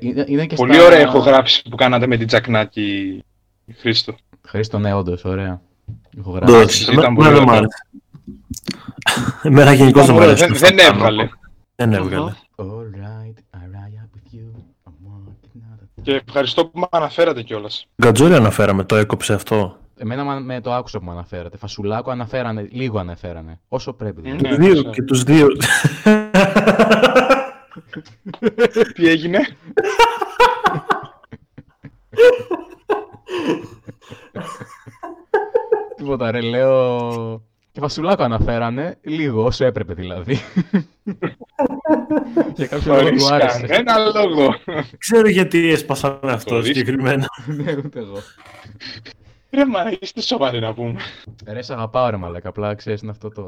Ήταν Ε, και Πολύ στα- ωραία ηχογράφηση που κάνατε με την Τζακνάκη Χρήστο. Χρήστο, ναι, όντως, ωραία. Ηχογράφηση. Εντάξει, Εντάξει, ήταν πολύ εμένα δεν μ' ωραία. άρεσε. Εμένα γενικώ δεν μ' άρεσε. Δεν, αυτό δεν που κάνω. έβγαλε. Δεν έβγαλε. All right, I ride up with you. I'm walking out of- Και ευχαριστώ που με αναφέρατε κιόλας. Γκατζόλη αναφέραμε, το έκοψε αυτό. Εμένα μα- με το άκουσα που μου αναφέρατε. Φασουλάκο αναφέρανε, λίγο αναφέρανε. Όσο πρέπει. δηλαδή. Ναι, Τους δύο ξέρω. και τους δύο. Τι έγινε, Τίποτα ρε, λέω. Και Βασουλάκο αναφέρανε, λίγο, όσο έπρεπε δηλαδή. Για κάποιο λόγο χωρίς του άρεσε. κανένα λόγο. Ξέρω γιατί έσπασα με αυτό Το δεις. συγκεκριμένα. ναι, ούτε εγώ. Ρε μα είστε σοβαροί να πούμε. Ρε, σε αγαπάω ρε μαλάκα, απλά ξέρεις είναι αυτό το...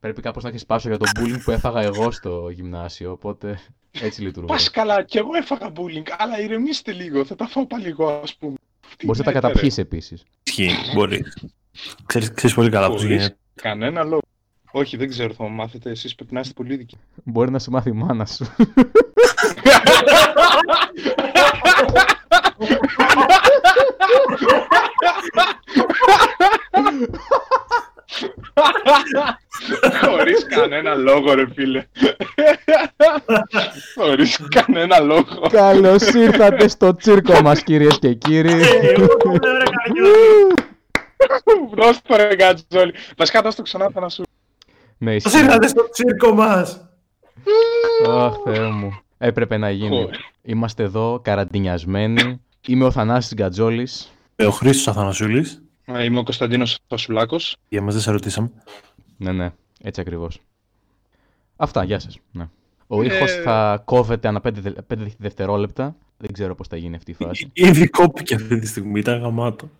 Πρέπει κάπως να έχεις σπάσω για το bullying που έφαγα εγώ στο γυμνάσιο, οπότε έτσι λειτουργώ. Πας καλά, κι εγώ έφαγα bullying, αλλά ηρεμήστε λίγο. Θα τα φάω πάλι εγώ, ας πούμε. Τι Μπορείς να τα λέτε, ρε. καταπιείς επίσης. Ισχύει, μπορεί. Ξέρεις, ξέρεις πολύ καλά πώς Χωρίς γίνεται. Κανένα λόγο. Όχι, δεν ξέρω, θα μου μάθετε. Εσείς πρέπει να είστε πολύ δικοί. Μπορεί να σου μάθει η μάνα σου. Χωρίς κανένα λόγο, ρε φίλε. Χωρίς κανένα λόγο. Καλώς ήρθατε στο τσίρκο μας κυρίες και Ε, κύριοι. Δώσ' το ρε γκατζόλι. Βασικά δώσ' το ξανά, θα να σου. ναι, Πώς ήρθατε στο τσίρκο μας. Αχ, Θεέ μου. Έπρεπε να γίνει. Ωραία. Είμαστε εδώ, καραντινιασμένοι. Είμαι ο Θανάσης Γκατζόλης. Ε, Ο Χρήστος Αθανασούλης. Ε, Είμαι ο Κωνσταντίνος Φασουλάκος. Για μας δεν σε ρωτήσαμε. Ναι, ναι, έτσι ακριβώς. Αυτά, γεια σας. Ναι. Ο Ε, ήχος θα κόβεται ανά 5 δευτερόλεπτα. Δεν ξέρω πώς θα γίνει αυτή η φάση. Ήδη κόπηκε αυτή τη στιγμή, ήταν γαμάτο.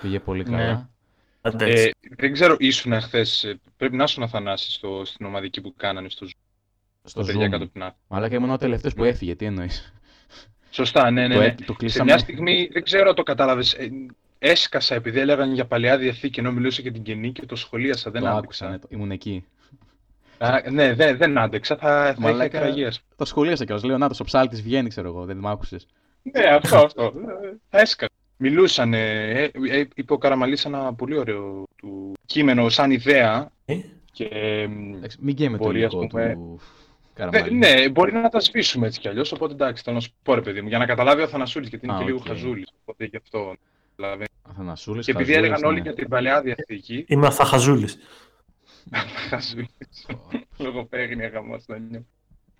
Πήγε πολύ Ναι. καλά. Ε, δεν ξέρω, ήσουν χθες. Πρέπει να ήσουν Αθανάσης στο, στην ομαδική που κάνανε στο Zoom. Στο Παιδιά Zoom. κατοπινά. Αλλά και ήμουν ο τελευταίος που έφυγε, τι εννοείς. Σωστά, ναι, ναι. Του ναι. έ- του Σε κλείσαμε. μια στιγμή, δεν ξέρω το κατάλαβες. έσκασα επειδή έλεγαν για παλαιά διαθήκη ενώ μιλούσε για την καινή και το σχολίασα. Δεν το άντεξα. άκουσα, ναι, το- ήμουν εκεί. Α, ναι, δεν, δεν άντεξα. Θα, θα είχα Μαλάκα. εκραγέ. Το σχολίασα κιόλας, λέω να το ο ψάλτης βγαίνει ξέρω εγώ, δεν μ' άκουσες. Ναι, αυτό, αυτό. Ε, Θα έσκασα. Μιλούσαν. Ε, ε, ε, είπε ο Καραμαλής ένα πολύ ωραίο του κείμενο σαν ιδέα. Ε. Και, ε, μ, Εντάξει, Μην καίμε το Μπορεί, ας υλικό πούμε, του Δε, Καραμαλή. ναι, μπορεί να τα σβήσουμε έτσι κι αλλιώς. Οπότε εντάξει, θέλω να σου πω ρε παιδί μου, για να καταλάβει ο Θανασούλης, γιατί είναι Α, και λίγο οκ. χαζούλης. Οπότε γι' αυτό. καταλαβαίνεις. Αθανασούλης, Και επειδή Χαζούλης, έλεγαν όλοι ναι. για την παλαιά διαθήκη, Είμαι Αθαχαζούλης. χαζούλη. Λογοπαίγνια γαμός να νιώ.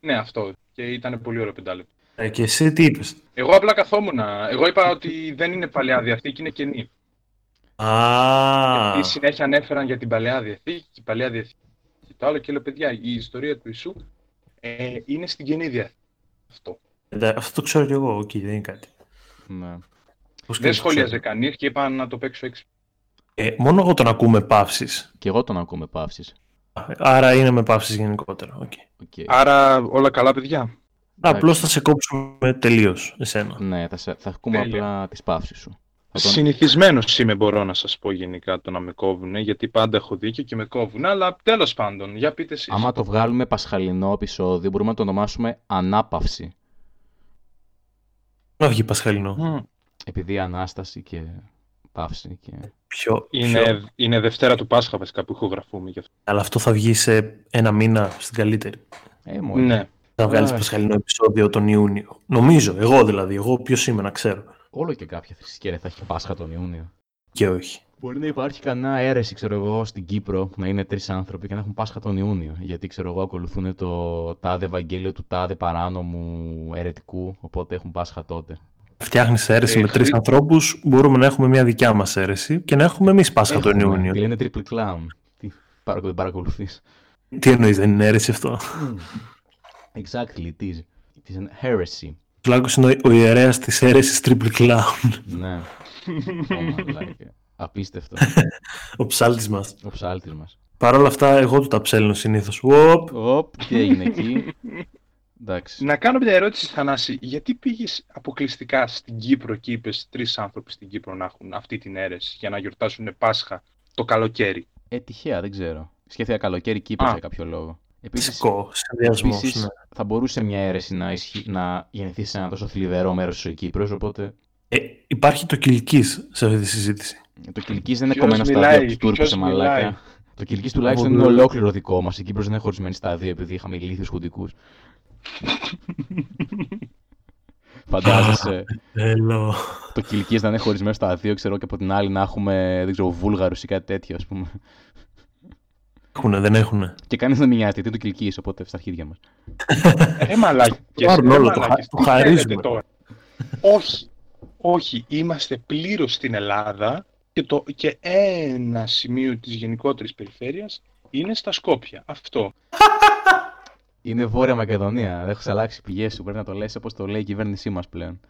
Ναι, αυτό. Και ήταν πολύ ωραίο πεντάλεπτο. Ε, και εσύ τι είπες. Εγώ απλά καθόμουν. Εγώ είπα ότι δεν είναι παλαιά διαθήκη, είναι καινή. Α, Τι συνέχεια ανέφεραν για την παλαιά διαθήκη, η παλαιά διαθήκη και τα άλλα. Και λέω, παιδιά, η ιστορία του Ιησού ε, είναι στην καινή διαθήκη. Αυτό. εντά- αυτό το ξέρω κι εγώ, οκ, δεν είναι κάτι. Ναι. Πώς και Δεν το σχολίαζε ξέρω. κανείς και είπαν να το παίξω έξι. Ε, μόνο εγώ τον ακούμε παύσεις. Και εγώ τον ακούω με παύσεις. Άρα είναι με παύσεις γενικότερα. οκ. Οκ. Άρα όλα καλά, παιδιά. Απλώς θα σε κόψουμε τελείως εσένα. Ναι, θα, σε- θα ακούμε Τέλεια. απλά τις παύσεις σου. Θα τον- Συνηθισμένος είμαι, μπορώ να σας πω γενικά το να με κόβουν, γιατί πάντα έχω δίκιο και με κόβουν. Αλλά τέλος πάντων, για πείτε εσείς. Άμα το βγάλουμε πασχαλινό επεισόδιο, μπορούμε να το ονομάσουμε ανάπαυση. Να βγει Πασχαλινό. Επειδή ανάσταση και παύση και... Πιο, πιο- Είναι, είναι Δευτέρα του Πάσχα βασικά που ηχογραφούμε γι' αυτό. Αλλά αυτό θα βγει σε ένα μήνα στην καλύτερη. Ε, μωρέ. Ναι. Θα βγάλεις Α. Πασχαλινό επεισόδιο τον Ιούνιο. Νομίζω, εγώ δηλαδή. Εγώ ποιος είμαι να ξέρω. Όλο και κάποια θρησκεία ρε, θα έχει Πάσχα τον Ιούνιο. Και όχι. Μπορεί να υπάρχει κανένα αίρεση, ξέρω εγώ, στην Κύπρο, να είναι τρεις άνθρωποι και να έχουν Πάσχα τον Ιούνιο. Γιατί, ξέρω εγώ, ακολουθούν το τάδε Ευαγγέλιο του τάδε παράνομου αιρετικού, οπότε έχουν Πάσχα τότε. Φτιάχνεις αίρεση Ε, με τρει χρή- ανθρώπους, μπορούμε να έχουμε μια δικιά μας αίρεση και να έχουμε εμείς Πάσχα τον Έχουμε, Ιούνιο. τη λένε triple clown. Τι παρακολου- δεν παρακολουθείς. Τι εννοείς, δεν είναι αίρεση αυτό. Exactly, it is. It is an heresy. Ο Λάγκο είναι ο ιερέας της αίρεσης Triple Clown. ναι. Ω, μαλάκα. Απίστευτο. Ο ψάλτης μας. Ο ψάλτης μας. Παρ' όλα αυτά, εγώ του τα ψέλνω συνήθως. Οπ. Οπ, τι έγινε εκεί. Εντάξει. Να κάνω μια ερώτηση, Θανάση. Γιατί πήγες αποκλειστικά στην Κύπρο και είπες τρεις άνθρωποι στην Κύπρο να έχουν αυτή την αίρεση για να γιορτάσουν Πάσχα το καλοκαίρι. Ε, τυχαία, δεν ξέρω. Σκέφτηκα καλοκαίρι Κύπρο Α. για κάποιο λόγο. Επίσης, Φυσικό συνδυασμός. Επίσης, Ναι. θα μπορούσε μια αίρεση να, ισχύ- να γεννηθεί σε ένα τόσο θλιβερό μέρος της Κύπρος. Οπότε Ε, υπάρχει το κυλική σε αυτή τη συζήτηση. το Κυλική δεν είναι Ποιος κομμένο στα μιλάει, δύο από τους Τούρκου ποιος σε μιλάει. μαλάκα. Το Κυλική τουλάχιστον είναι Βολού. ολόκληρο δικό μας. Η Κύπρος δεν είναι χωρισμένη στα δύο επειδή είχαμε ηλίθιους χουντικούς. Φαντάζεσαι. Θέλω. το Κυλική να είναι χωρισμένο στα δύο, ξέρω, και από την άλλη να έχουμε δεν ξέρω, Βούλγαρους ή κάτι τέτοιο, ας πούμε. Έχουνε, δεν έχουνε. Και κανείς δεν μοιάζει, γιατί είναι το Κυλική, οπότε στα αρχίδια μας. Ε, μαλάκες. Το πάρουν ε, όλο, το χα- μαλάκες. το Τι χαρίζουμε. θέλετε τώρα. όχι, όχι, είμαστε πλήρως στην Ελλάδα και, το, και ένα σημείο της γενικότερης περιφέρειας είναι στα Σκόπια. Αυτό. Είναι Βόρεια Μακεδονία. Έχει αλλάξει πηγές σου. Πρέπει να το λες όπως το λέει η κυβέρνησή μας πλέον.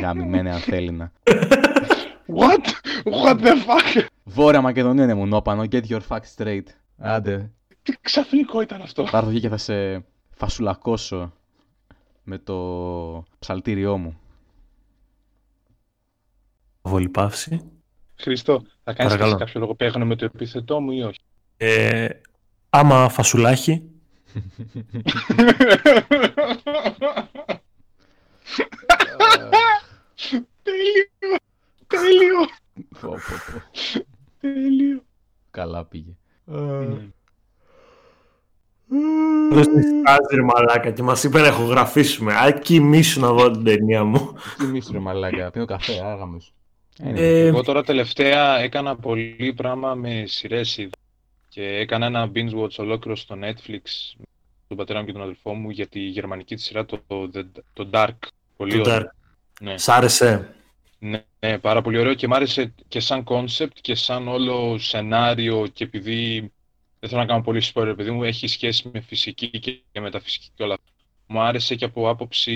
Γαμημένη αν θέλει να. What? What the fuck? Βόρεια Μακεδονία είναι μονόπανο. Get your facts straight. Άντε. Τι ξαφνικό ήταν αυτό. Θα έρθω εκεί και θα σε φασουλακώσω με το ψαλτήριό μου. Βολή παύση. Χριστό, θα κάνεις και Παρακαλώ. εσύ κάποιο λόγο παίγνω με το επιθετό μου ή όχι. Ε, άμα φασουλάχι, Τέλειο! Τέλειο! Πω, πω, πω. Τέλειο! Καλά πήγε. δεν στάζει ρε μαλάκα και μας είπε να ηχογραφήσουμε. Α, κοιμήσου να δω την ταινία μου. Κοιμήσου ρε μαλάκα. Πίνω καφέ, άγαμε σου. Ε, Εγώ τώρα τελευταία έκανα πολύ πράγμα με σειρές είδα και έκανα ένα binge watch ολόκληρο στο Netflix με τον πατέρα μου και τον αδελφό μου για τη γερμανική τη σειρά το, το, The- το Dark. Πολύ το ωραίο. Dark. Ναι. Σ' άρεσε. Ναι, ναι, πάρα πολύ ωραίο και μ' άρεσε και σαν concept και σαν όλο σενάριο και επειδή δεν θέλω να κάνω πολύ spoiler επειδή μου έχει σχέση με φυσική και και μεταφυσική και όλα αυτά. Μου άρεσε και από άποψη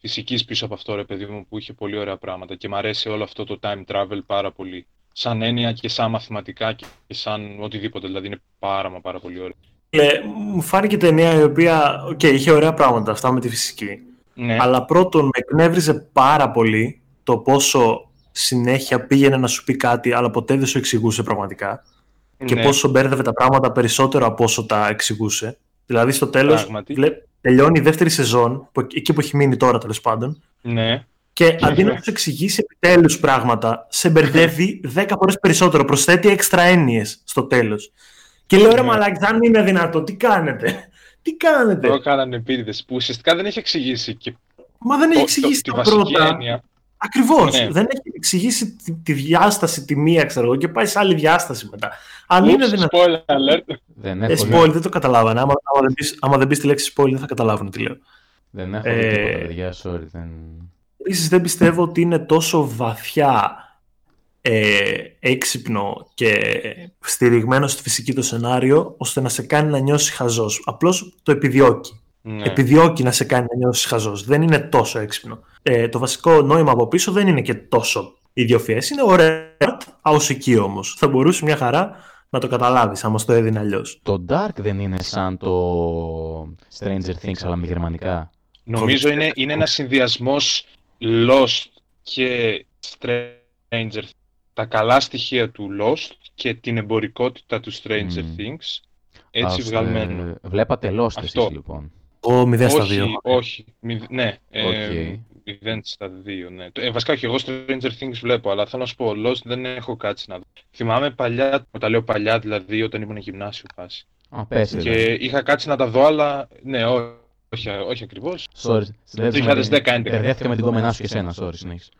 φυσικής πίσω από αυτό ρε παιδί μου που είχε πολύ ωραία πράγματα και μ' αρέσει όλο αυτό το time travel πάρα πολύ. Σαν έννοια και σαν μαθηματικά και και σαν οτιδήποτε δηλαδή είναι πάρα μα πάρα πολύ ωραίο. Ε, μου φάνηκε ταινία η οποία οκ, είχε ωραία πράγματα αυτά με τη φυσική. Ναι, Αλλά πρώτον, με εκνεύριζε πάρα πολύ το πόσο συνέχεια πήγαινε να σου πει κάτι, αλλά ποτέ δεν σου εξηγούσε πραγματικά. Και ναι, πόσο μπέρδευε τα πράγματα περισσότερο από όσο τα εξηγούσε. Δηλαδή, στο τέλος, Πράγματι. τελειώνει η δεύτερη σεζόν, που, εκεί που έχει μείνει τώρα τέλος πάντων, ναι. και αντί να σου εξηγήσει επιτέλους πράγματα, σε μπερδεύει 10 φορές περισσότερο. Προσθέτει έξτρα έννοιες στο τέλος. Και λέω, ρε Ναι. μαλάκι, αν είναι δυνατό, τι κάνετε. Τι κάνετε. Το έκαναν επίτηδες που ουσιαστικά δεν έχει εξηγήσει και Μα Ναι. δεν το- έχει το- εξηγήσει τη τα βασική πρώτα. έννοια. Ακριβώς. Ναι. Δεν έχει εξηγήσει τη, τη διάσταση, τη μία, ξέρω εγώ, και πάει σε άλλη διάσταση μετά. Αν είναι Oops, δυνατόν. spoiler alert. Δεν Ε, έχω, spoil, δεν το καταλάβανε. Άμα, άμα, δεν πεις, άμα δεν πεις τη λέξη spoil, δεν θα καταλάβουν τι λέω. δεν έχω Ε, δει τίποτα, παιδιά. Sorry, δεν... Επίσης, δεν πιστεύω ότι είναι τόσο βαθιά ε, έξυπνο και στηριγμένο στη φυσική το σενάριο, ώστε να σε κάνει να νιώσεις χαζός. Απλώς το επιδιώκει. Ναι. Επιδιώκει να σε κάνει να νιώσεις χαζός. Δεν είναι τόσο έξυπνο. Ε, το βασικό νόημα από πίσω δεν είναι και τόσο ιδιοφιέ. Είναι ωραία. Άω εκεί όμως. Θα μπορούσε μια χαρά να το καταλάβεις, άμα στο έδινε αλλιώς. Το Dark δεν είναι σαν το Stranger Things, αλλά με γερμανικά. Νομίζω είναι, είναι ένας συνδυασμός Lost και Stranger Things. Τα καλά στοιχεία του Lost και την εμπορικότητα του Stranger Μμμ. Things. Ας, Έτσι ε, βγαλμένο. Ε, Βλέπατε Lost Αυτό. εσείς λοιπόν. Εγώ 0 στα 2. όχι, όχι. μη- ναι, ε, Οκ. μηδέν στα δύο. Ναι. Το- Ε, βασικά όχι, εγώ Stranger Things βλέπω, αλλά θέλω να σου πω, Lost δεν έχω κάτσει να δω. Θυμάμαι παλιά, όταν λέω παλιά δηλαδή, όταν ήμουν γυμνάσιο φάση. Α, δηλαδή. πες ρε. Και είχα κάτσει να τα δω, αλλά ναι, ό- όχι, όχι ακριβώς. Sorry, συνδέθηκα με- 2010-11. Μπερδεύτηκα με την κόμενά σου και εσένα, sorry, συνέχισε.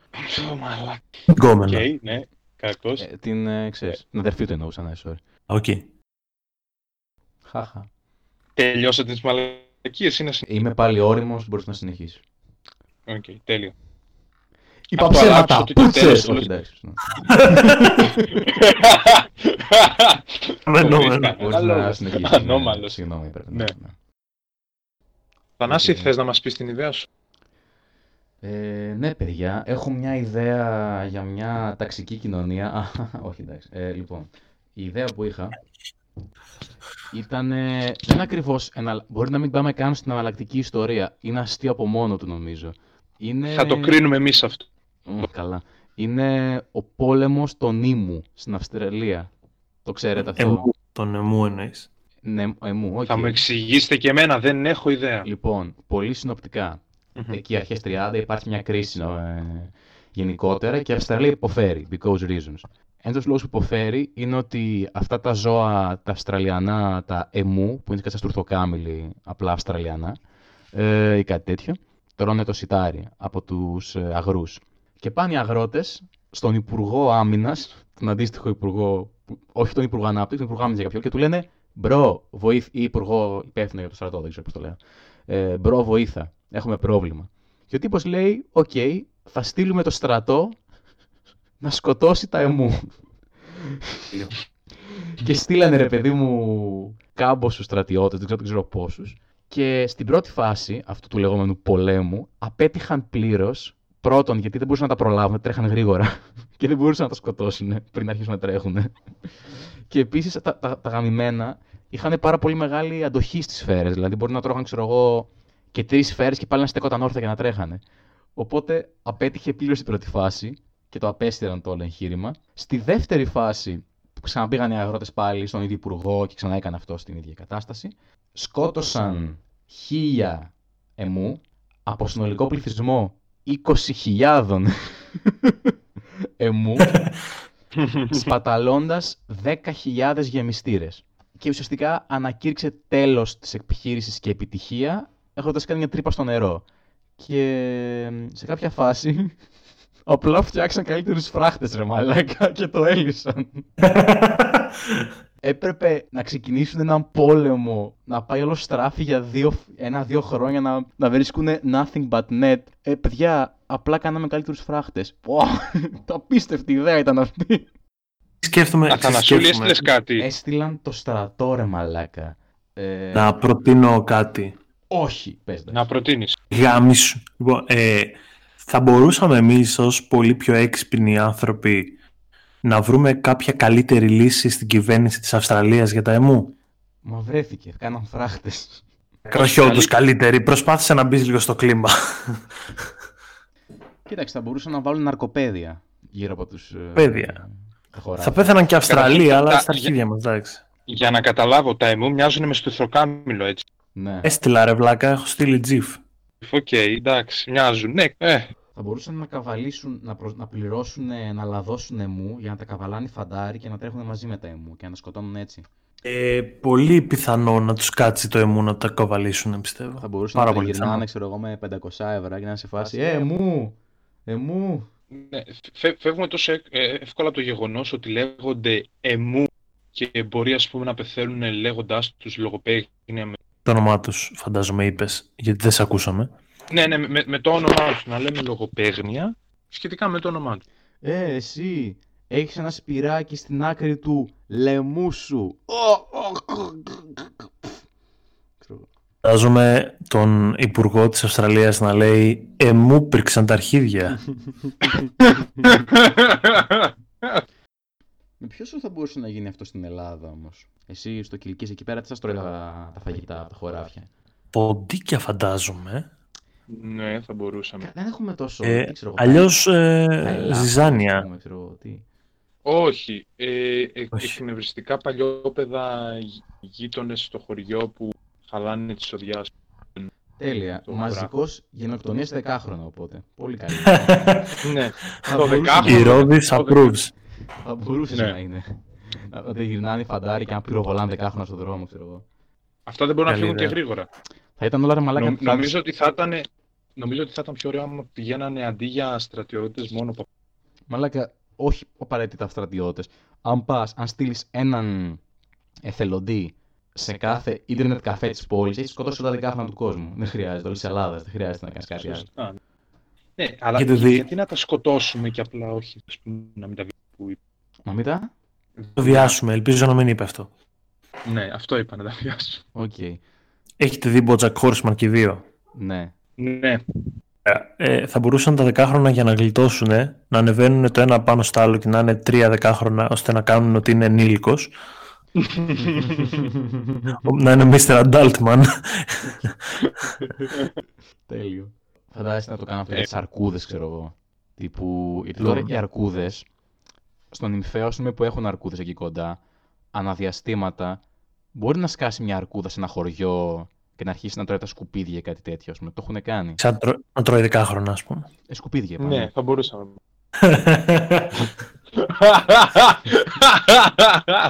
Ω, μαλάκα. Οκ, Γκόμενα. ναι, κακός. Ε, την, ε, ξέρεις, την αδερφή του εννοούσα, ναι, sorry. Οκ. Χάχα. Τελειώσατε τις μαλακίες, είναι συν- Είμαι πάλι όριμος, μπορείς να συνεχίσεις. Οκ, τέλειο. Είπα Αυτό ψέματα. αλλάξω το και Πούτσες. τέλος. Όχι, εντάξει. ναι. Αναμενόμενο. Χωρίς κανένα Μπορείς να λόγο. συνεχίσεις. ναι. Ανώμαλος. Συγγνώμη, πρέπει να... Ναι. ναι. Θανάση, θες να μας πεις την ιδέα σου. Ε, ναι, παιδιά, έχω μια ιδέα για μια ταξική κοινωνία. Α, όχι, εντάξει. Ε, λοιπόν, η ιδέα που είχα ήταν. ε, δεν ακριβώς. Μπορεί να μην πάμε καν στην αναλλακτική ιστορία. Είναι αστείο από μόνο του, νομίζω. Είναι. Θα το κρίνουμε εμείς αυτό. Μμ, καλά. Είναι ο πόλεμος των Ήμου στην Αυστραλία. Το ξέρετε αυτό. Ε, Εμού, τον εμού εννοείς. Ναι, εμού, οκ. Θα μου εξηγήσετε και εμένα, δεν έχω ιδέα. Λοιπόν, πολύ συνοπτικά. Μμμ. Εκεί αρχές 30 υπάρχει μια κρίση ε, γενικότερα και η Αυστραλία υποφέρει, because reasons. Ένας λόγος που υποφέρει είναι ότι αυτά τα ζώα, τα αυστραλιανά, τα εμού, που είναι κάτι σαν στουρθοκάμιλοι, απλά αυστραλιανά, ε, ή κάτι τέτοιο, τρώνε το σιτάρι από τους ε, αγρούς. Και πάνε οι αγρότες στον Υπουργό Άμυνας, τον αντίστοιχο Υπουργό, που- όχι τον Υπουργό Ανάπτυξης, τον Υπουργό Άμυνας για κάποιον, και του λένε «Μπρο, βοήθ, ή Υπουργό υπεύθυνο για το στρατό, δεν ξέρω πώς το λέω. Ε, «Μπρο, βοήθα, έχουμε πρόβλημα». Και ο τύπος λέει «Οκ, θα στείλουμε το στρατό να σκοτώσει τα εμού». και στείλανε ρε παιδί μου κάμποσους στρατιώτες, δεν ξέρω, δεν ξέρω πόσους. Και στην πρώτη φάση αυτού του λεγόμενου πολέμου απέτυχαν πλήρως. Πρώτον, γιατί δεν μπορούσαν να τα προλάβουν, τρέχαν γρήγορα και δεν μπορούσαν να τα σκοτώσουν πριν αρχίσουν να τρέχουν. Και επίσης τα, τα, τα γαμημένα είχαν πάρα πολύ μεγάλη αντοχή στις σφαίρες. Δηλαδή, μπορεί να τρώγαν, ξέρω εγώ, και τρεις σφαίρες και πάλι να στεκόταν όρθια και να τρέχανε. Οπότε απέτυχε πλήρως η πρώτη φάση και το απέστειραν το όλο εγχείρημα. Στη δεύτερη φάση, που ξαναπήγαν οι αγρότες πάλι στον ίδιο υπουργό και ξανά έκανε αυτό στην ίδια κατάσταση, σκότωσαν χίλια εμού από συνολικό πληθυσμό 20.000 εμού σπαταλώντας 10.000 γεμιστήρες. Και ουσιαστικά ανακήρυξε τέλος της επιχείρησης και επιτυχία έχοντας κάνει μια τρύπα στο νερό. Και σε κάποια φάση απλά φτιάξαν καλύτερους φράχτες ρε μαλάκα και το έλυσαν. Έπρεπε να ξεκινήσουν έναν πόλεμο, να πάει όλο στράφη για δύο, ένα-δύο χρόνια να, να βρίσκουν nothing but net. Ε, παιδιά, απλά κάναμε καλύτερους φράχτες. Πω, το απίστευτη ιδέα ήταν αυτή. σκέφτομαι. Ναι, Αθανασούλη, σκέφτομαι έστειλες κάτι. Έστειλαν το στρατό ρε μαλάκα. Ε, να προτείνω κάτι. Όχι, πες το. Να προτείνεις. Γάμισου. Λοιπόν, ε, θα μπορούσαμε εμείς ως πολύ πιο έξυπνοι άνθρωποι να βρούμε κάποια καλύτερη λύση στην κυβέρνηση της Αυστραλίας για τα ΕΜΟΥ. Μα βρέθηκε, κάναν φράχτες. Όχι όντως καλύτερη. Προσπάθησε να μπεις λίγο στο κλίμα. Κοίταξε, θα μπορούσαν να βάλουν ναρκοπαίδια γύρω από τους... ε, Παιδιά. τα χωράκια. θα πέθαναν και Αυστραλία, Καταρχήν, αλλά τα- στα αρχίδια μας, εντάξει. Για να καταλάβω, τα εμού μοιάζουν με στουθροκάμιλο έτσι. Ναι. Έστειλα ρε βλάκα, έχω στείλει τζιφ. Οκ, εντάξει, μοιάζουν. Ναι, ε, Θα μπορούσαν να καβαλήσουν, να, προσ- να πληρώσουν, ε, να λαδώσουν εμού για να τα καβαλάνε οι φαντάροι και να τρέχουν μαζί με τα εμού και να τα σκοτώνουν έτσι. Ε, πολύ πιθανό να τους κάτσει το εμού να τα κοβαλήσουν, πιστεύω. Θα μπορούσαν Πάρα να τα πολύ πιθανό. γυρνάνε, ξέρω εγώ, με 500 ευρώ και να είναι σε φάση «Ε, εμού! Εμού!» ναι. Φε- φεύγουμε τόσο ε, ε, εύκολα από το γεγονός ότι λέγονται εμού και μπορεί ας πούμε να πεθαίνουν λέγοντάς τους λογοπαίγνια με... Το όνομά τους, φαντάζομαι, είπες, γιατί δεν σε ακούσαμε. Ναι, ναι, με, με το όνομά τους, να λέμε λογοπαίγνια σχετικά με το όνομά τους. «Ε, εσύ! Έχεις ένα σπυράκι στην άκρη του λαιμού σου!» Ω, ω, κου, κου, κου, κου, πφ. Ξέρω εγώ. Φαντάζομαι τον Υπουργό της Αυστραλίας να λέει «Εμού πήρξαν τα αρχίδια». Με ποιος σου θα μπορούσε να γίνει αυτό στην Ελλάδα όμως. Εσύ στο Κιλκής εκεί πέρα τι θα στρώει τα, τα φαγητά, τα χωράφια. Ποντίκια φαντάζομαι. ναι, θα μπορούσαμε. Κα- Δεν έχουμε τόσο. Ε, δεν ξέρω εγώ, ναι. αλλιώς ε, τα ελάφια, ας ζυζάνια. πούμε, ξέρω εγώ, τι. Όχι. Ε, ε, Όχι. Εκνευριστικά παλιόπαιδα γει- γείτονες στο χωριό που χαλάνε τις οδειάς. Τέλεια. Το Μαζικός γενοκτονία σε 10 χρόνια οπότε. Πολύ καλή. ναι. Θα Το μπορούσε- δεκάχρονο- Η Ρο- Ηρώδης το approves. Θα μπορούσε Ναι. να είναι. Να να τη γυρνάνε οι φαντάροι και να πυροβολάνε 10 χρόνια στον δρόμο, ξέρω εγώ. Αυτά δεν μπορούν να Καλή φύγουν και ιδέα. γρήγορα. Θα ήταν όλα ρε μαλάκα. Νο- που θα- νομίζω, ότι θα ήταν, νομίζω ότι θα ήταν πιο ωραίο άμα πηγαίνανε αντί για στρατιώτες μόνο που Μαλάκα, όχι απαραίτητα στρατιώτες. Αν πας, αν στείλεις έναν εθελοντή σε κάθε ίντερνετ καφέ της πόλης, έχεις σκοτώσει όλα τα δεκάχρονα του κόσμου. Δεν χρειάζεται, όλη τη Ελλάδα. Δεν χρειάζεται να κάνεις κάτι άλλο. Σωστά. Ναι, αλλά Γιατί γιατί, δι- να τα σκοτώσουμε και απλά όχι, ας πούμε, να μην τα βγει που είπε. Μα μην τα. Το βιάσουμε, ελπίζω να μην είπε αυτό. Ναι, αυτό είπα να τα βιάσω. Οκ. Έχετε δει Bojack Horseman και οι δύο. Ναι. Ναι, Ε, θα μπορούσαν τα δεκάχρονα για να γλιτώσουν ε, να ανεβαίνουν το ένα πάνω στο άλλο και να είναι τρία δεκάχρονα ώστε να κάνουν ότι είναι ενήλικος. να είναι Mr. Adultman. Τέλειο. Φαντάζεσαι να το κάνω αυτό για Ε. τι αρκούδες, ξέρω εγώ. Τύπου. Γιατί τώρα Ναι. οι αρκούδες, στον νυμφαίο ας πούμε, που έχουν αρκούδες εκεί κοντά, αναδιαστήματα μπορεί να σκάσει μια αρκούδα σε ένα χωριό και να αρχίσει να τρώει τα σκουπίδια ή κάτι τέτοιο. ας πούμε. Το έχουν κάνει. Σαν τρο... να τρώει δεκάχρονα, ας πούμε. Ε, σκουπίδια, πάνω. Ναι, θα μπορούσαμε.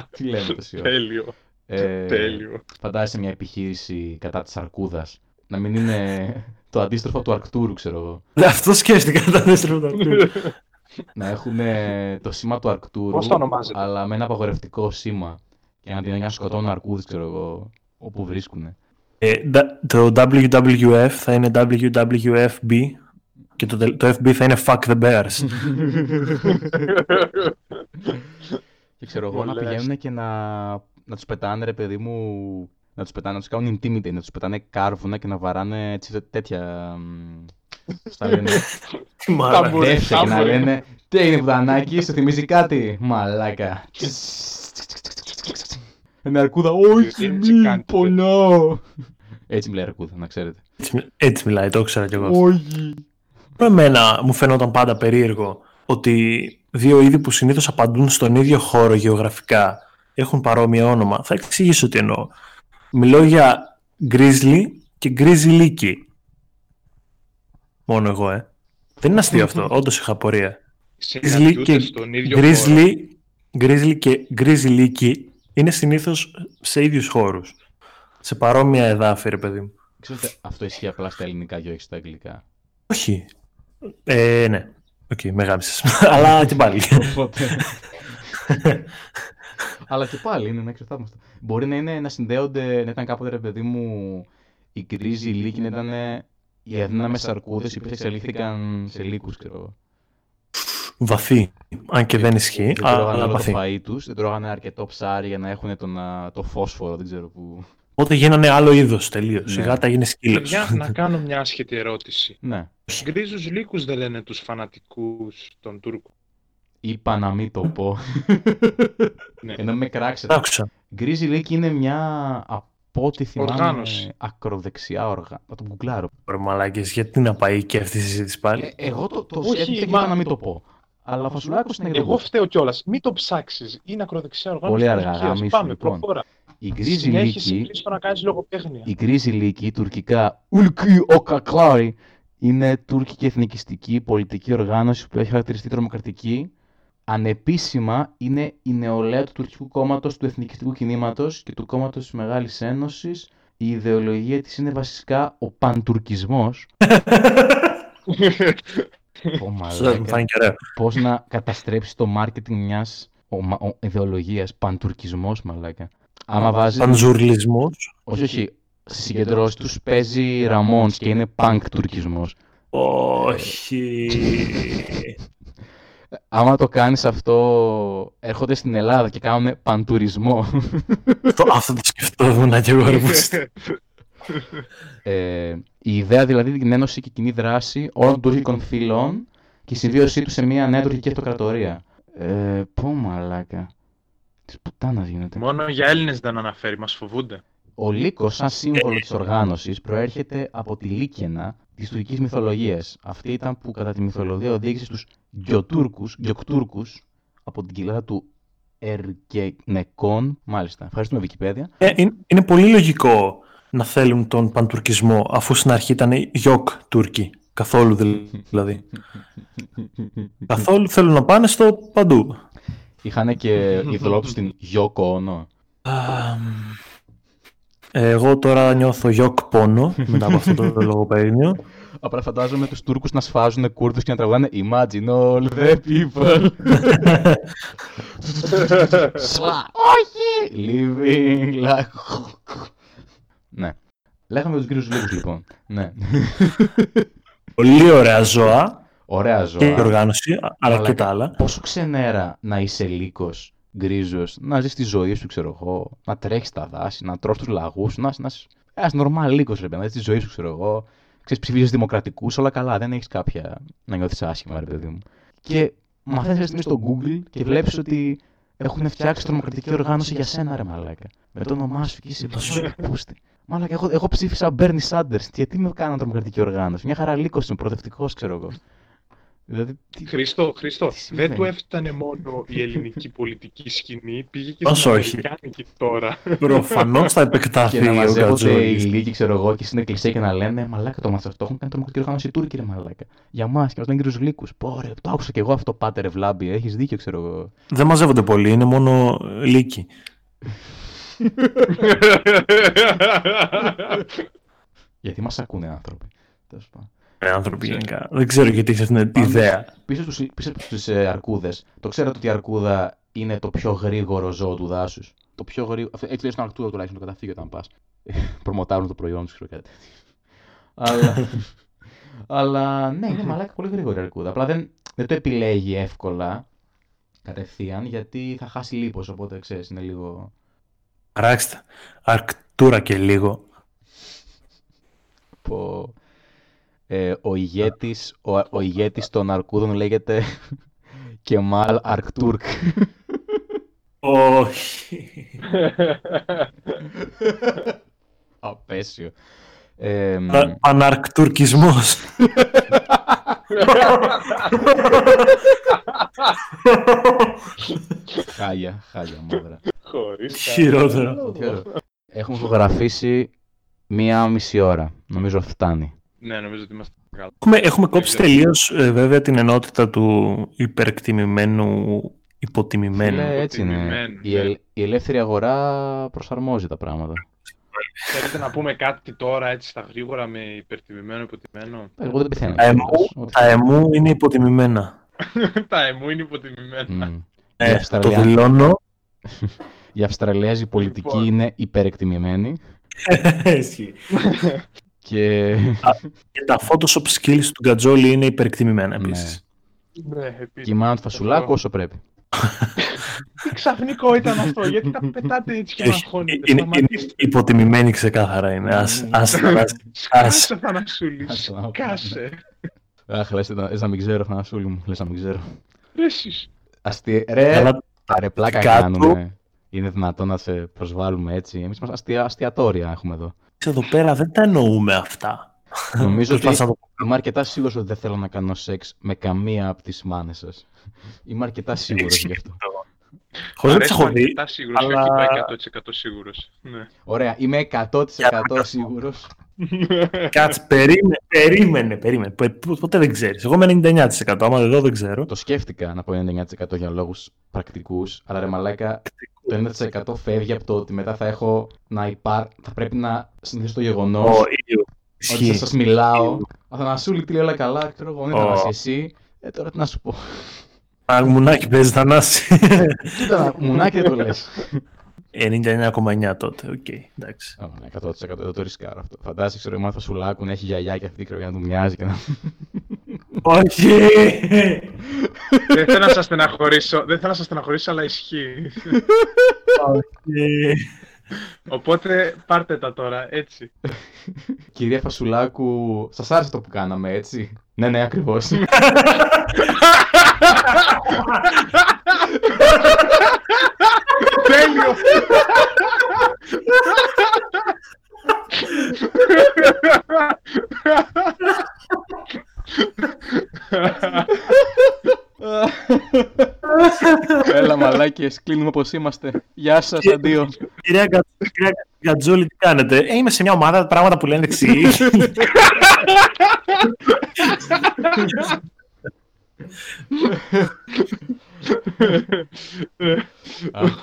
Τι λέμε τόση ώρα. Τέλειο. Ε, Τέλειο. Φαντάζεσαι μια επιχείρηση κατά της αρκούδας. Να μην είναι το αντίστροφο του Αρκτούρου, ξέρω εγώ. Αυτό σκέφτηκα τα δεύτερα του Αρκτούρου. Να έχουν το σήμα του Αρκτούρου. Πώς το ονομάζεται? Αλλά με ένα απαγορευτικό σήμα. Για να την να σκοτώνουν αρκούδες, ξέρω εγώ, όπου βρίσκουν. Ε, δα- το WWF θα είναι WWFB και το, τελ- το FB θα είναι Fuck the Bears. Και ξέρω εγώ να Μολές. πηγαίνουν και να, να τους πετάνε, ρε παιδί μου, να τους πετάνε, να τους κάνουν intimidate, να τους πετάνε κάρβουνα και να βαράνε έτσι, τέτοια. μ, πώς τα λένε, Τι μάρα. Ταμπουρέ. δεύσια και να τάμπουρε. λένε Τι έγινε, Βουδανάκη, σου θυμίζει κάτι, μαλάκα. Ένα αρκούδα, όχι, Έτσι μην κάνετε. πονάω. Έτσι μιλάει η αρκούδα, να ξέρετε. Έτσι μι- Έτσι μιλάει, το ήξερα κι εγώ. αυτό. Όχι. Εμένα μου φαινόταν πάντα περίεργο ότι δύο είδη που συνήθως απαντούν στον ίδιο χώρο γεωγραφικά έχουν παρόμοιο όνομα. Θα εξηγήσω τι εννοώ. Μιλώ για grizzly και grizzly Μόνο εγώ, ε. Δεν είναι αστείο αυτό. Όντως είχα απορία. Συναντιούνται και- στον ίδιο χώρο. Grizzly, grizzly και grizzly είναι συνήθως σε ίδιους χώρους. Σε παρόμοια εδάφη, ρε παιδί μου. Ξέρετε, αυτό ισχύει απλά στα ελληνικά και όχι στα αγγλικά. Όχι. Ε, ναι. Οκ, με γάμισες. Αλλά και πάλι. Οπότε. Αλλά και πάλι είναι ένα εξωθάμαστο. Μπορεί να, είναι, να συνδέονται, να ήταν κάποτε ρε παιδί μου, η γκρίζη λύκη να ήταν ε, οι αδύναμε αρκούδε οι οποίε εξελίχθηκαν σε λύκους, ξέρω εγώ. Βαθύ. Αν και δεν ισχύει, Δεν τρώγανε αλλά όλο το βαθύ. φαΐ τους, δεν τρώγανε αρκετό ψάρι για να έχουν τον, α, το φόσφορο, δεν ξέρω που. Οπότε γίνανε άλλο είδος τελείως. Η Ναι. γάτα έγινε σκύλος. Παιδιά, να κάνω μια άσχετη ερώτηση. Ναι. Γκρίζους λύκους δεν λένε τους φανατικούς των Τούρκων. Είπα να μην το πω. Ναι. Ενώ με κράξετε. Άκουσα. Γκρίζι Λίκη είναι μια από ό,τι θυμάμαι Οργάνωση. ακροδεξιά οργά. Θα το γκουγκλάρω. Ρε μαλάκες, γιατί να πάει και αυτή η συζήτηση Ε, πάλι. εγώ το, το Όχι, σκέφτηκα και μα- είπα να μην το πω. Αλλά ο Φασουλάκος είναι Εγώ εκδοχός. φταίω κιόλας. Μην το ψάξεις. Είναι ακροδεξιά οργάνωση. Πολύ της αργά, Τουρκίας. γαμίσου, Πάμε, λοιπόν. προχώρα. Η Γκρίζι Συνέχισε Λίκη, πίσω να κάνεις λογοπαίγνια. η Γκρίζι Λίκη, τουρκικά Ουλκι Okaklari, είναι τουρκική εθνικιστική πολιτική οργάνωση που έχει χαρακτηριστεί τρομοκρατική. Ανεπίσημα είναι η νεολαία του τουρκικού κόμματος, του εθνικιστικού κινήματος και του κόμματος της Μεγάλης Ένωσης. Η ιδεολογία της είναι βασικά ο παντουρκισμός. Ω, Σας μου μαλάκα. φάνηκε ωραίο. πώς να καταστρέψει το μάρκετινγκ μιας ομα- ο- ιδεολογίας, παντουρκισμός μαλάκα. Άμα βάζεις, Παντζουρλισμός. όχι όχι, στις συγκεντρώσεις τους παίζει Ραμόνς και είναι πανκ τουρκισμός. Όχι. Άμα το κάνεις αυτό, έρχονται στην Ελλάδα και κάνουν παντουρισμό. Το- Αυτό το σκεφτόμουν και εγώ. ρε, που είστε. Ε, η ιδέα δηλαδή την ένωση και κοινή δράση όλων των τουρκικών φυλών και η συμβίωσή τους σε μια νέα τουρκική αυτοκρατορία. Ε, πω μαλάκα. Της πουτάνας γίνεται. Μόνο για Έλληνες δεν αναφέρει, μας φοβούνται. Ο λύκος, σαν σύμβολο της οργάνωσης, προέρχεται από τη Λύκαινα της τουρκικής μυθολογίας. Αυτή ήταν που κατά τη μυθολογία οδήγησε στους Γκιοτούρκου, Γκιοκτούρκους, από την κοιλάδα του Ερκενεκών. Μάλιστα. Ευχαριστούμε, Wikipedia. Ε, είναι- Είναι πολύ λογικό να θέλουν τον παντουρκισμό, αφού στην αρχή ήταν γιοκ Τούρκοι. Καθόλου δηλαδή. Καθόλου θέλουν να πάνε στο παντού. Είχαν και ειδωλό του στην Γιώκο Όνο. Α, μ. Εγώ τώρα νιώθω γιοκ πόνο μετά από αυτό το λογοπαίγνιο. Απλά φαντάζομαι τους Τούρκους να σφάζουν Κούρδους και να τραγουδάνε Imagine all the people. Σλα. Όχι! Living like. ναι. Λέγαμε τους κύριους Λίγους λοιπόν. ναι. Πολύ ωραία ζώα Ωραία και η ζώα. οργάνωση, α- αλλά και τα άλλα. Πόσο ξενέρα να είσαι λύκο, γκρίζος, να ζεις τη ζωή σου, ξέρω εγώ, να τρέχεις στα δάση, να τρως τους λαγούς σου, να είσαι ένας νορμάλ λύκος, ρε παιδί, να ζεις τη ζωή σου, ξέρω εγώ. Ξέρεις, ψηφίζεις δημοκρατικούς, όλα καλά, δεν έχεις κάποια να νιώθεις άσχημα, ρε παιδί μου. Και μαθαίνεις αυτή τη στιγμή στο Google και βλέπεις ότι έχουν φτιάξει τρομοκρατική οργάνωση για σένα, ρε μαλάκα. Με το όνομά σου και είσαι τόσο πούστη. Μαλάκα, εγώ, εγώ ψήφισα Bernie Sanders. Τι- Γιατί με κάνανε τρομοκρατική οργάνωση. Μια χαρά λύκος είμαι, προοδευτικός, ξέρω εγώ. Δηλαδή, τι... Χριστό, Χριστό, συμβαίνει? δεν του έφτανε μόνο η ελληνική πολιτική σκηνή, πήγε και Ως στην όχι. Αμερικάνικη τώρα. Προφανώς θα Και επεκταθεί να ο μαζεύονται οι Γκατζούλη. λίγοι, ξέρω εγώ, και στην εκκλησία και να λένε «Ε, Μαλάκα το μάτι αυτό. Έχουν κάνει τρομακτική οργάνωση οι Τούρκοι, ρε Μαλάκα. Για μας και μα λένε και του Λύκου. Πόρε, το άκουσα και εγώ αυτό, πάτε ρε Βλάμπη. Έχεις δίκιο, ξέρω εγώ. Δεν μαζεύονται πολλοί, είναι μόνο λύκοι. Γιατί μας ακούνε άνθρωποι. Τέλος πάντων. Ε, άνθρωποι γενικά. Δεν ξέρω γιατί έχει αυτήν την Πάμε. ιδέα. Πίσω στους, πίσω στους ε, αρκούδες, το ξέρετε ότι η αρκούδα είναι το πιο γρήγορο ζώο του δάσους. Το πιο γρήγορο, αυτό- έτσι λέει στον αρκούδα τουλάχιστον το καταφύγιο όταν πας. Προμοτάρουν το προϊόν τους, ξέρω κάτι τέτοιο. αλλά, αλλά ναι, είναι μαλάκα πολύ γρήγορη η αρκούδα. Απλά δεν, δεν το επιλέγει εύκολα κατευθείαν γιατί θα χάσει λίπος, οπότε ξέρεις, είναι λίγο... Αράξτε. Αρκτούρα και λίγο. Πω. Ε, ο, ηγέτης, ο, ο ηγέτης των αρκούδων λέγεται Κεμάλ Αρκτούρκ. Όχι. Απέσιο. Ε, μ, Παναρκτουρκισμός. χάλια, χάλια μόδρα. Χωρίς Χειρότερα. Ό,τι ωραίο. Έχουμε ζωγραφίσει μία μισή ώρα. Νομίζω φτάνει. Ναι, νομίζω ότι είμαστε καλά. Έχουμε, Ναι, έχουμε κόψει τελείω βέβαια την ενότητα του υπερκτιμημένου Φίλε, υποτιμημένου. Ναι, έτσι είναι. Υποτιμημένο, Η, ελ- η ελεύθερη αγορά προσαρμόζει τα πράγματα. Θέλετε να πούμε κάτι τώρα έτσι στα γρήγορα με υπερτιμημένο, υποτιμημένο. Εγώ δεν πεθαίνω. Τα εμού, κιόλας, ό,τι τα εμού είναι υποτιμημένα. Τα εμού είναι υποτιμημένα. Μμ. Ε, Η το Αυστραλία- δηλώνω. Η Αυστραλιάζη πολιτική Λοιπόν. είναι υπερεκτιμημένη Ισχύει. και Και τα Photoshop skills του Γκατζόλη είναι υπερκτιμημένα Ναι. επίσης. Ναι, επίσης. κοιμάνε του φασουλάκου όσο πρέπει. Τι ξαφνικό ήταν αυτό, γιατί τα πετάτε έτσι και αγχώνετε. Είναι, είναι Σταματήστε. υποτιμημένη ξεκάθαρα είναι. Ας, Ναι. ας, ας- Σκάσε Θανασούλη, Ας το σκάσε. Αχ, λες να λες να μην ξέρω, Θανασούλη μου, λες να μην ξέρω. Ρε εσείς. Αστι... Ρε, καλά, τα ρε πλάκα Κάτω. κάνουμε. Είναι δυνατόν να σε προσβάλλουμε έτσι. Εμείς είμαστε αστια... αστιατόρια έχουμε εδώ. εδώ πέρα δεν τα εννοούμε αυτά. Νομίζω ότι Προσπάθησα να το πω. είμαι αρκετά σίγουρος ότι δεν θέλω να κάνω σεξ με καμία από τις μάνες σας. Είμαι αρκετά σίγουρος γι' αυτό. Χωρίς να τις Αρέσει έχω δει, αρκετά σίγουρος, αλλά- όχι τα 100% σίγουρος. Ναι. Ωραία, είμαι 100% σίγουρος. Κάτσε, περίμενε, περίμενε, περίμενε. Πο- πο- Ποτέ δεν ξέρεις. Εγώ είμαι 99%. Άμα εδώ δεν ξέρω. Το σκέφτηκα να πω 99% για λόγους πρακτικούς, αλλά ρε μαλάκα το 90% φεύγει από το ότι μετά θα έχω να υπάρ... θα πρέπει να συνηθίσω το Ο γεγονός ήλιο. Ότι θα Ισχύει. σας μιλάω. Αθανασούλη, τι λέει όλα καλά, ξέρω εγώ, δεν Ω. ήταν εσύ. Ε, τώρα τι να σου πω. Αγμουνάκι παίζει Θανάση. Κοίτα, μουνάκι δεν το λες. 99,9 τότε. Οκ, εντάξει. 100% δεν το ρισκάρω αυτό. Φαντάζεσαι, ξέρω εγώ, αν θα σου λάκουν, έχει γιαγιά και αυτή ξέρω για να του μοιάζει και να. Όχι! Δεν θέλω να σας στεναχωρήσω, δεν θέλω να σας στεναχωρήσω, αλλά ισχύει. Όχι. Οπότε πάρτε τα τώρα, έτσι. Κυρία Φασουλάκου, σας άρεσε το που κάναμε, έτσι. Ναι, ναι, ακριβώς. Τέλειο! Έλα, μαλάκες, κλείνουμε όπως είμαστε. Γεια σας, αντίο. Κυρία Γκατ- κυρία Γκατζόλη, τι κάνετε. Ε, είμαι σε μια ομάδα πράγματα που λένε δεξιοί.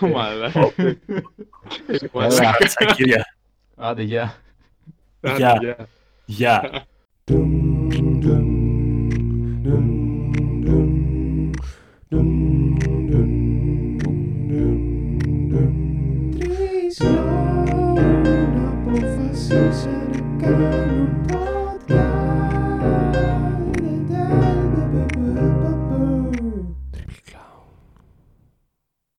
Μαλάκα. Έλα, Κάτσα, κυρία. άντε, γεια. Γεια. Γεια. Τρεις λόγων αποφασίσα να κάνω